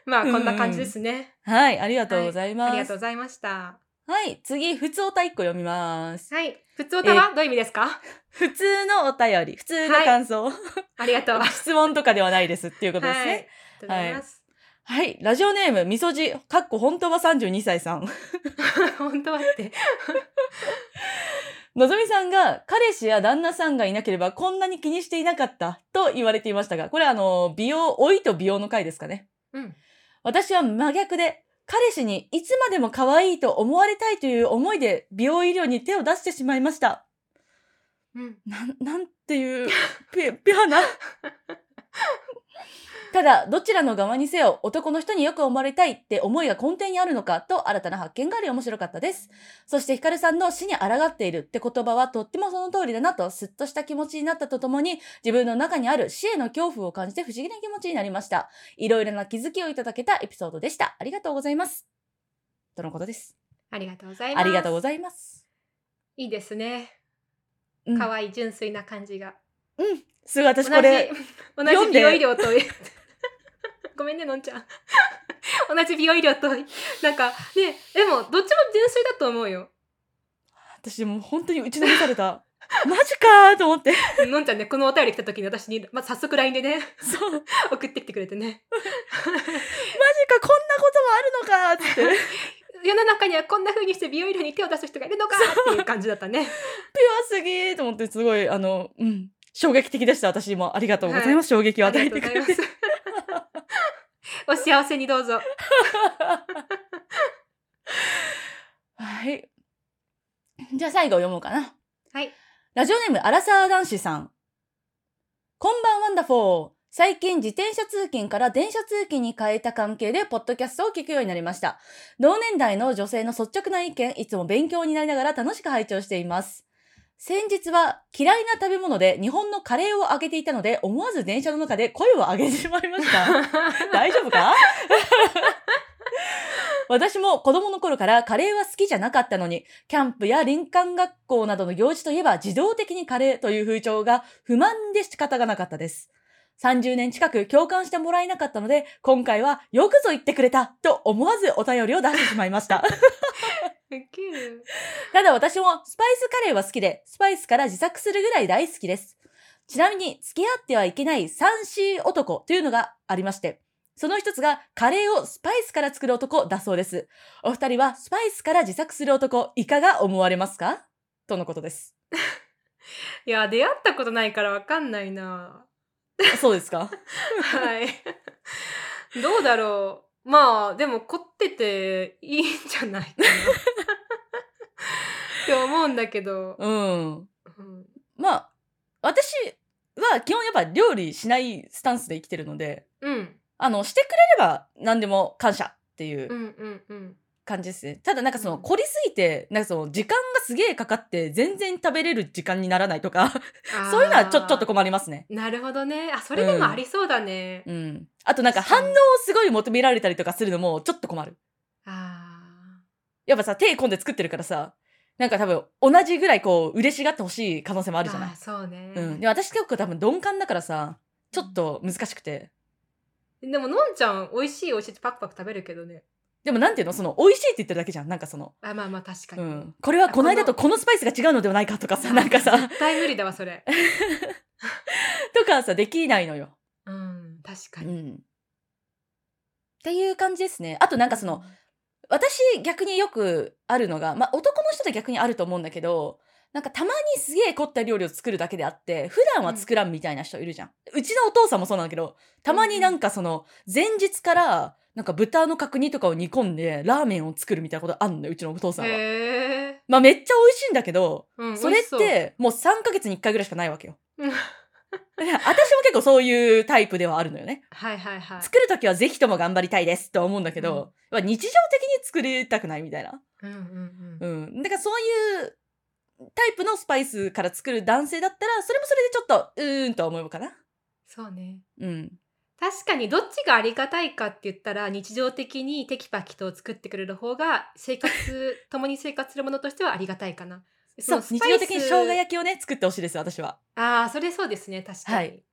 S2: まあこんな感じですね、
S1: はい、ありがとうござい
S2: あり
S1: ま
S2: がと
S1: す。
S2: うございました
S1: はい、次、普通おた1個読みます。
S2: はい普通歌はどういう意味ですか
S1: 普通のお便り、普通の感想、
S2: ありがとう
S1: 質問とかではないですっていうことです
S2: はいあ
S1: ね。
S2: りがとうございます、
S1: はい、ラジオネーム、みそじ、かっこ本当は32歳さん。
S2: 本当はって
S1: のぞみさんが、彼氏や旦那さんがいなければこんなに気にしていなかったと言われていましたが、これあの、美容、老いと美容の回ですかね。
S2: うん
S1: 私は真逆で、彼氏にいつまでも可愛いと思われたいという思いで美容医療に手を出してしまいました。
S2: うん
S1: なん、なんていう、 ピュ、ピュアな。 ただ、どちらの側にせよ、男の人によく思われたいって思いが根底にあるのかと新たな発見があり面白かったです。そして、ヒカルさんの死に抗っているって言葉はとってもその通りだなと、すっとした気持ちになったとともに、自分の中にある死への恐怖を感じて不思議な気持ちになりました。いろいろな気づきをいただけたエピソードでした。ありがとうございます。とのことです。
S2: ありがとうございます
S1: ありがとうご
S2: い
S1: ざいます。
S2: いいですね
S1: うん
S2: 可愛い純粋な感じが
S1: すぐ
S2: 同
S1: 私
S2: じ
S1: これ、
S2: 同
S1: 読ん
S2: じ
S1: で
S2: 美容医療と ごめんねのんちゃん 同じ美容医療となんかねでもどっちも純粋だと思うよ
S1: 私もう本当に打ちのめされ たマジかーと思って
S2: のんちゃんねこのお便り来た時に私に、まあ、早速 LINE でね
S1: そうマジか
S2: 送ってきてくれてね
S1: こんなこともあるのかーっつって ピュ
S2: 世の中にはこんな風にして美容医療に手を出す人がいるのかっていう感じだったね
S1: アすぎーと思ってすごいあのうん衝撃的でした私もありがとうございます、衝撃を
S2: あ
S1: 与え
S2: りがと
S1: て
S2: うご
S1: く
S2: ざい
S1: れ
S2: ま
S1: て
S2: す お幸せにどうぞ
S1: はい じゃあ最後読もうかな
S2: はい
S1: ラジオネームアラサー男子さんこんばんワンダフォー最近自転車通勤から電車通勤に変えた関係でポッドキャストを聞くようになりました同年代の女性の率直な意見いつも勉強になりながら楽しく拝聴しています先日は嫌いな食べ物で日本のカレーをあげていたので思わず電車の中で声を上げてしまいました大丈夫か 私も子供の頃からカレーは好きじゃなかったのに、キャンプや林間学校などの行事といえば自動的にカレーという風潮が不満で仕方がなかったです。30年近く共感してもらえなかったので、今回はよくぞ言ってくれたと思わずお便りを出してしまいました。
S2: ウケる
S1: ただ私もスパイスカレーは好きで、スパイスから自作するぐらい大好きです。ちなみに付き合ってはいけない 3C 男というのがありまして、その一つがカレーをスパイスから作る男だそうです。お二人はスパイスから自作する男いかが思われますかとのことです。
S2: いや出会ったことないからわかんないな
S1: あそうですか
S2: はいどうだろうまあでも凝ってていいんじゃないかなって思うんだけど、
S1: うん。
S2: うん
S1: まあ、私は基本やっぱ料理しないスタンスで生きてるので、
S2: うん、
S1: あの、してくれれば何でも感謝っていう
S2: うんうんうん
S1: 感じですねただなんかその
S2: うん
S1: 凝りすぎてなんかその時間がすげえかかって全然食べれる時間にならないとかそういうのはちょちょっと困りますね
S2: なるほどねあそれでもありそうだね、
S1: うんあとなんか反応をすごい求められたりとかするのもちょっと困る
S2: あ
S1: やっぱさ手込んで作ってるからさなんか多分同じぐらいこう嬉しがってほしい可能性もあ
S2: あ
S1: るじゃない
S2: あーそうね、
S1: うんで私結構多分鈍感だからさちょっと難しくて
S2: でものんちゃん美味しい美味しいってパクパク食べるけどね
S1: でもなんていうのその美味しいって言ってるだけじゃんなんかその
S2: あまあまあ確かに、
S1: うんこれはこの間とこのスパイスが違うのではないかとかさなんか さ
S2: 絶対無理だわ それ
S1: とかさできないのよ
S2: うん確か
S1: う
S2: に、
S1: ん、っていう感じですねあとなんかその私逆によくあるのが、まあ、男の人と逆にあると思うんだけどなんかたまにすげえ凝った料理を作るだけであって普段は作らんみたいな人いるじゃん、うちのお父さんもそうなんだけどたまになんかその前日からなんか豚の角煮とかを煮込んでラーメンを作るみたいなことあんのようちのお父さんは、
S2: へえ、
S1: まあ、めっちゃ美味しいんだけど
S2: うん、
S1: それっ
S2: 美味しう
S1: てもう3ヶ月に1回ぐらいしかないわけよ
S2: うん
S1: 私も結構そういうタイプではあるのよね
S2: はいはいはい
S1: 作る時はぜひとも頑張りたいですとは思うんだけど、まあ日常的に作りたくないみたいな。
S2: うんうんうん
S1: うん。だからそういうタイプのスパイスから作る男性だったら、それもそれでちょっと、うーんとは思うかな。
S2: そうね
S1: うん。
S2: 確かにどっちがありがたいかって言ったら日常的にテキパキと作ってくれる方が 生活共に生活するものとしてはありがたいかな
S1: そう、
S2: そ
S1: 日
S2: のスパイス
S1: 常的に生姜焼きをね、作ってほしいです、私は。
S2: ああそれそうですね確かに、
S1: はい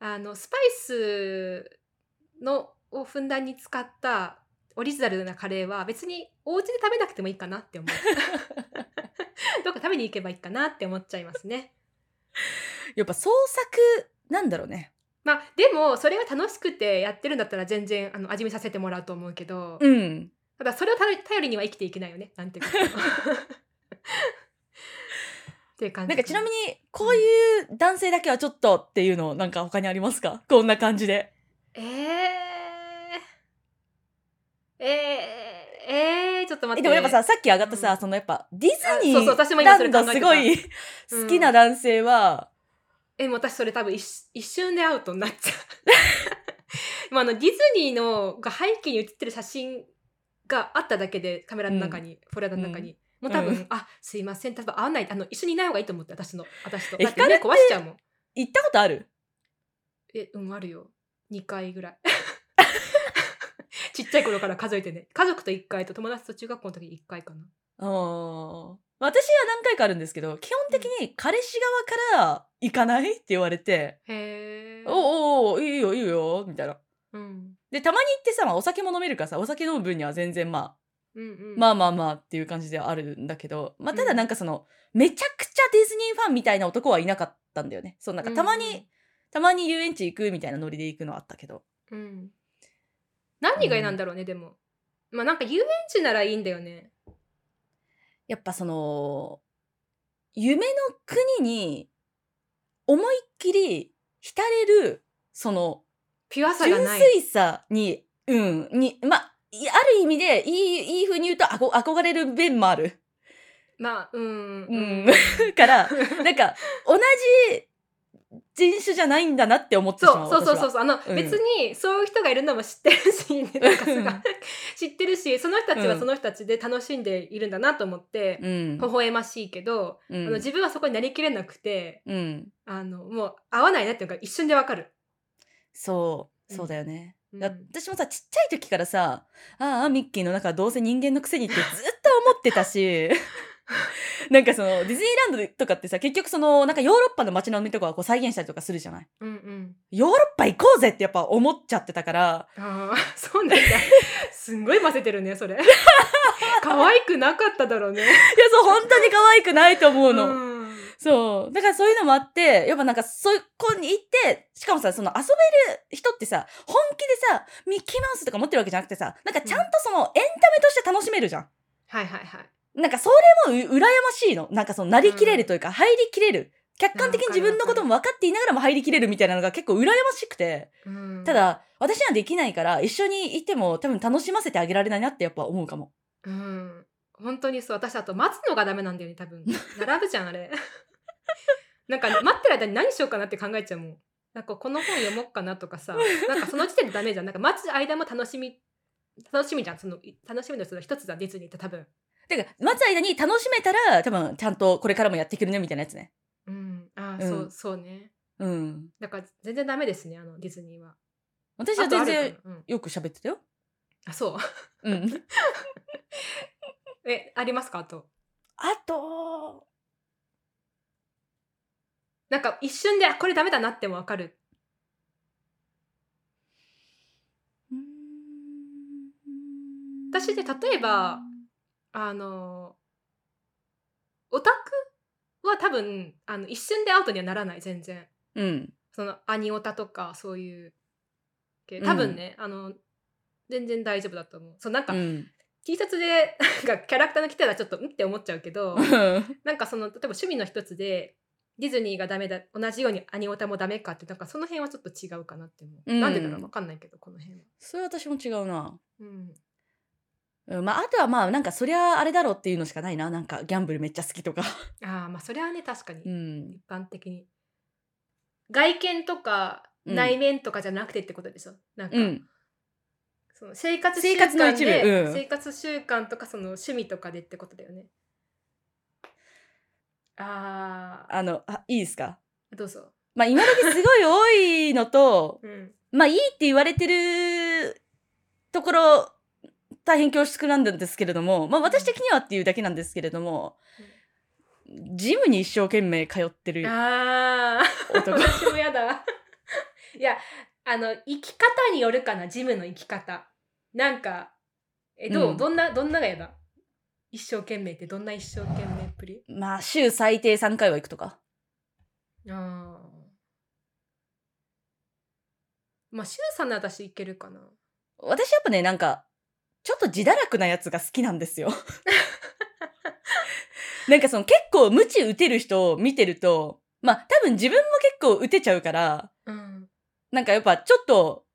S2: あのスパイスのをふんだんに使ったオリジナルなカレーは別にお家で食べなくてもいいかなって思う どっか食べに行けばいいかなって思っちゃいますね
S1: やっぱ創作なんだろうね。
S2: まあでもそれが楽しくてやってるんだったら全然あの味見させてもらうと思うけど、
S1: うん。
S2: ただそれを頼頼りには生きていけないよねなんていう かっていう感
S1: な
S2: じ
S1: んかちなみに、こういう男性だけはちょっとっていうの、なんか他にありますかこんな感じで。
S2: えー、えー、えー、ちょっと待っ
S1: え
S2: て。
S1: でもやっぱさ、さっき上がったさ、
S2: うん
S1: そのやっぱディズニ
S2: あそうそう私も
S1: ー
S2: 今
S1: ラ
S2: それ
S1: ン
S2: 考え
S1: ド
S2: てた
S1: すごい好きな男性は、
S2: え、もう私それ多分一瞬一瞬でアウトになっちゃ う。まあ、あのディズニーのが背景に写ってる写真があっただけでカメラの中に、フォルダの中に、もう多分、
S1: う
S2: あすいません多分合わないあの一緒にいない方がいいと思って私の私と
S1: え
S2: だって
S1: 光
S2: 目
S1: って
S2: 壊しちゃうもん
S1: 行ったことある
S2: えうんあるよ2回ぐらい ちっちゃい頃から数えてね家族と1回と友達と中学校の時に1回かな
S1: あー私は何回かあるんですけど基本的に彼氏側から「行かない?」って言われて
S2: へえ
S1: 「おうおういいよいいよ」みたいな。
S2: うん
S1: でたまに行ってさまあお酒も飲めるからさお酒飲む分には全然まあ
S2: うんうん、
S1: まあまあまあっていう感じではあるんだけど、まあ、
S2: うん
S1: ただなんかそのめちゃくちゃディズニーファンみたいな男はいなかったんだよね。そうなんかたまに、たまに遊園地行くみたいなノリで行くのはあったけど。
S2: うん、うん何が嫌なんだろうね、でもまあなんか遊園地ならいいんだよね
S1: やっぱその夢の国に思いっきり浸れるその
S2: ピュアさが
S1: 純
S2: ない
S1: 粋さに、うん、に、まあ、いある意味で、いい、いい風に言うと、あこ憧れる面もある。
S2: まあうん
S1: う
S2: うんん
S1: から、なん か、同じ人種じゃないんだなって思ってし
S2: そ
S1: ま
S2: う
S1: う。
S2: そうそうそう
S1: う。
S2: そうあの、
S1: ん
S2: 別にそういう人がいるのも知ってるし、なんかすごい
S1: うん
S2: 知ってるしその人たち
S1: う
S2: は
S1: ん
S2: その人たちで楽しんでいるんだなと思って、
S1: うん
S2: 微。笑ましいけど、
S1: う
S2: あの
S1: ん。
S2: 自分はそこになりきれなくて
S1: うん。
S2: あのもう合わないなっていうのが一瞬でわかる、
S1: そう。
S2: うん
S1: そうだよね。
S2: うん
S1: 私もさちっちゃい時からさああミッキーの中はどうせ人間のくせにってずっと思ってた しなんかそのディズニーランドとかってさ結局そのなんかヨーロッパの街の海とかはこう再現したりとかするじゃない
S2: うんうん
S1: ヨーロッパ行こうぜってやっぱ思っちゃってたから
S2: ああ そ うなんだすんごい混ぜてるねそれ可愛くなかっただろうね
S1: いやそう本当に可愛くないと思うの、
S2: うん
S1: そうだからそういうのもあってやっぱなんかそこに行ってしかもさその遊べる人ってさ本気でさミッキーマウスとか持ってるわけじゃなくてさなんかちゃんとそのエンタメとして楽しめるじゃん
S2: はいはいはい
S1: なんかそれもう羨ましいの。なんかそのなりきれるというか、入りきれる。客観的に自分のことも分かっていながらも入りきれるみたいなのが結構羨ましくて。
S2: うん
S1: ただ、私にはできないから、一緒にいても多分楽しませてあげられないなってやっぱ思うかも。
S2: うん本当にそう私あと待つのがダメなんだよね多分並ぶじゃんあれ なんか待ってる間に何しようかなって考えちゃうもんなんかこの本読もうかなとかさなんかその時点でダメじゃんなんか待つ間も楽しみ楽しみじゃんそのい楽しみのその一つだディズニーって多分
S1: てか、待つ間に楽しめたら、多分ちゃんとこれからもやってくるねみたいなやつね。
S2: うんあ
S1: う
S2: ー、
S1: ん
S2: そうそうね
S1: うん。
S2: だから全然ダメですねあのディズニーは
S1: 私は全
S2: あとある
S1: 然
S2: かなうん
S1: よく喋ってたよ。
S2: あそう
S1: うん。
S2: えありますかあと
S1: あと、
S2: なんか一瞬であこれダメだなってもわかる
S1: うーん
S2: 私ね例えば、あのオタクは多分あの一瞬でアウトにはならない全然
S1: うん。
S2: そのアニオタとかそういう系
S1: うん
S2: 多分ね、あの全然大丈夫だと思うそうなんか、
S1: うん。
S2: T シャツでなんかキャラクターの着てたらちょっとうんって思っちゃうけどなんかその例えば趣味の一つでディズニーがダメだ同じようにアニオタもダメかってなんかその辺はちょっと違うかなって思う、
S1: うん
S2: なんでだろうわかんないけどこの辺は、
S1: それ私も違うな。
S2: うん、
S1: うん、まあ、あとはまあ、なんか、そりゃあれだろうっていうのしかないな。なんか、ギャンブルめっちゃ好き とか。
S2: ああまあそれはね確かに、
S1: うん。
S2: 一般的に外見とか
S1: うん
S2: 内面とかじゃなくてってことでしょ、なんか、
S1: うん。
S2: その生活習
S1: 生活の
S2: 慣
S1: 一
S2: で
S1: 部うん
S2: 生活習慣とかその趣味とかでってことだよねあ
S1: あの、あいいですか
S2: ーどうぞ、
S1: まあ、今時すごい多いのと、
S2: うん、
S1: まあ、いいって言われてるところ、大変恐縮なんですけれども、まあ、私的にはっていうだけなんですけれども、ジムに一生懸命通ってる
S2: あー
S1: 男。
S2: 私もやだ いやあの生き方によるかなジムの生き方なんかえどう、
S1: うん
S2: どんなどんながやだ一生懸命ってどんな一生懸命っぷり
S1: まあ、週最低3回は行くとか。
S2: ああ。まあ、シュウさんなら私いけるかな。
S1: 私やっぱねなんかちょっと自堕落なやつが好きなん ですよ。なんかその結構無知打てる人を見てるとまあ多分自分も結構打てちゃうから
S2: うん。
S1: なんかやっぱちょっと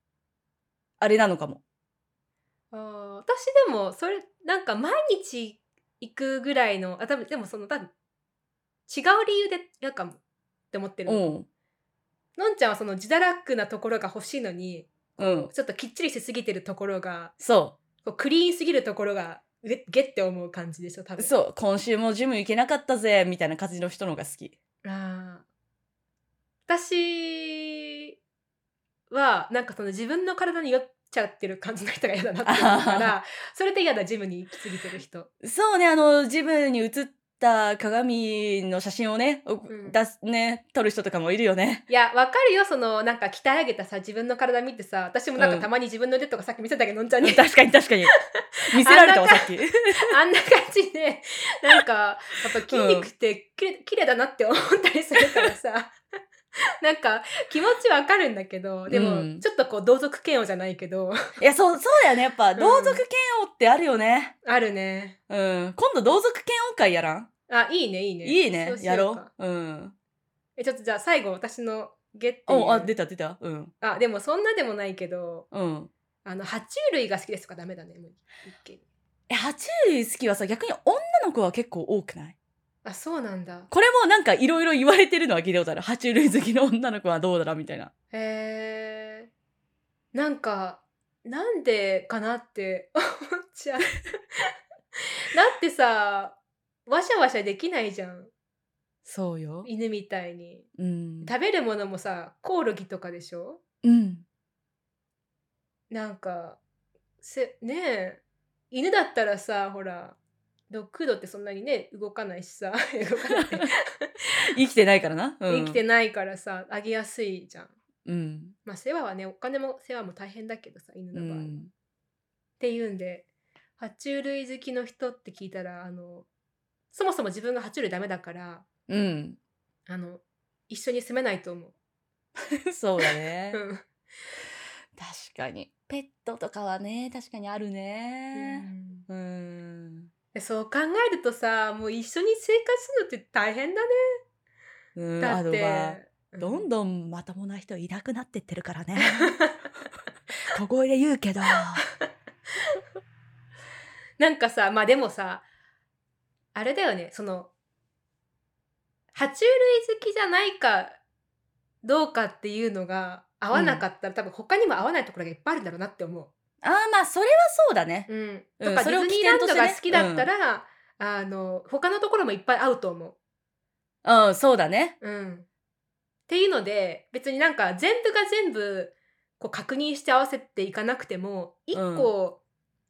S1: あれなのかも。
S2: ああ、私でも、それ、なんか毎日行くぐらいの、あ、多分、でもその、多分、違う理由で、なんか、って思ってる
S1: う
S2: の。
S1: ん
S2: のんちゃんはその自堕落なところが欲しいのに、
S1: うん
S2: ちょっときっちりしすぎてるところが、
S1: そ
S2: こうクリーンすぎるところが、ゲゲって思う感じでしょ、多
S1: う
S2: 分。
S1: そう今週もジム行けなかったぜみたいな感じの人の方が好き。
S2: ああ私はなんかその自分の体に酔っちゃってる感じの人が嫌だなって思うか らそれで嫌だジムに行き過ぎてる人
S1: そうねあのジムに映った鏡の写真をね、お
S2: ん
S1: 出すね撮る人とかもいるよね。
S2: いやわかるよそのなんか鍛え上げたさ自分の体見てさ私もなん
S1: う
S2: か
S1: ん
S2: たまに自分の腕とかさっき見せたけどのんちゃんに
S1: 確かに確かに見せられたわさっき。
S2: あんな感じでなんかやっぱ筋肉ってきれ,、綺麗だなって思ったりするからさ なんか気持ちわかるんだけどでも、
S1: うん
S2: ちょっとこう同族嫌悪じゃないけど
S1: いや、そう、そうだよね。やっぱ、
S2: ん
S1: 同族嫌悪ってあるよね。
S2: あるね
S1: うん。今度、同族嫌悪会やらん
S2: あ、いいね、いいね。
S1: いいね
S2: そ。しよ
S1: やろ
S2: うか
S1: う。うん。
S2: え、ちょっとじゃあ最後、私のゲット
S1: お、あ、出た、出た。うん。
S2: あ、でもそんなでもないけど、
S1: うん。
S2: あの、爬虫類が好きですとかダメだね、もう一気に。
S1: え、爬虫類好きはさ、逆に女の子は結構多くない
S2: あ、そうなんだ。
S1: これもなんかいろいろ言われてるのは聞いたことある。爬虫類好きの女の子はどうだらみたいな。
S2: へえ。なんか、なんでかなって 思っちゃう。だってさ、わしゃわしゃできないじゃん。
S1: そうよ。
S2: 犬みたいに。
S1: うん。
S2: 食べるものもさ、コオロギとかでしょ
S1: うん。
S2: なんかせねえ犬だったらさほらドッグドってそんなにね動かないしさ 動かない
S1: 生きてないからな、うん
S2: 生きてないからさあげやすいじゃん。
S1: うん、
S2: まあ世話はねお金も世話も大変だけどさ犬
S1: う
S2: の場合、っ
S1: ん、
S2: ていうんで爬虫類好きの人って聞いたらあのそもそも自分が爬虫類ダメだから
S1: うん、
S2: あの一緒に住めないと思う。
S1: そうだね
S2: うん
S1: 確かにペットとかはね確かにあるねうん、
S2: でそう考えるとさもう一緒に生活するのって大変だね。
S1: うん
S2: だ
S1: あ
S2: っ
S1: とは
S2: て
S1: どん
S2: どん。
S1: どんまともな人いなくなってってるからね 小声で言う けど
S2: なんかさまあでもさあれだよねその爬虫類好きじゃないかどうかっていうのが合わなかったら、多分他にも合わないところがいっぱいあるんだろうなって思
S1: ああまあそれはそうだね
S2: う。うん、
S1: うん
S2: とか
S1: そ
S2: デ
S1: れ
S2: ィ
S1: を
S2: ズニ
S1: 起
S2: ー
S1: 点
S2: ランド
S1: としてね
S2: が好きだったら、あの他のところもいっぱい合うと思
S1: うんそうだね
S2: う。うん、っていうので別になんか全部が全部こう確認して合わせていかなくても一個、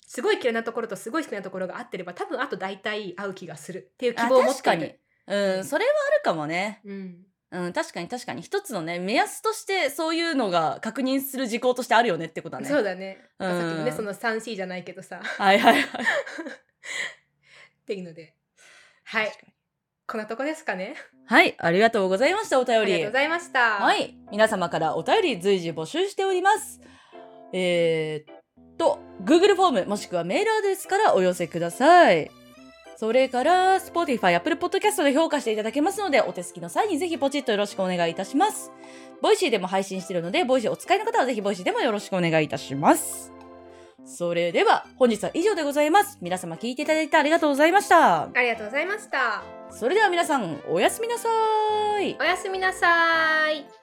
S2: すごい嫌いなところとすごい好きなところが合ってれば多分あと大体合う気がするっていう希
S1: あ
S2: 望を持っ
S1: 確
S2: て
S1: か
S2: る
S1: に。うんそれはあるかもね
S2: うん、
S1: うん確かに確かに一つのね目安としてそういうのが確認する事項としてあるよねってことだね
S2: そうだね。
S1: うん
S2: さっきのね、その 3C じゃないけどさ、
S1: はいはいはい
S2: っていうので。はい、
S1: 確かに
S2: こんなとこですかね。
S1: はいありがとうございましたお便
S2: あ
S1: り
S2: りがとうございました。
S1: はい、皆様からお便り随時募集しております。えー、っと、Google フォームもしくはメールアドレスからお寄せください。それから、Spotify、Apple Podcast で評価していただけますので、お手すきの際にぜひポチッとよろしくお願いいたします。ボイシーでも配信しているので、ボイシーお使いの方はぜひボイシーでもよろしくお願いいたします。それでは、本日は以上でございます。皆様聞いていただいてありがとうございました。
S2: ありがとうございました。
S1: それでは皆さん、おやすみなさーい。
S2: おやすみなさーい。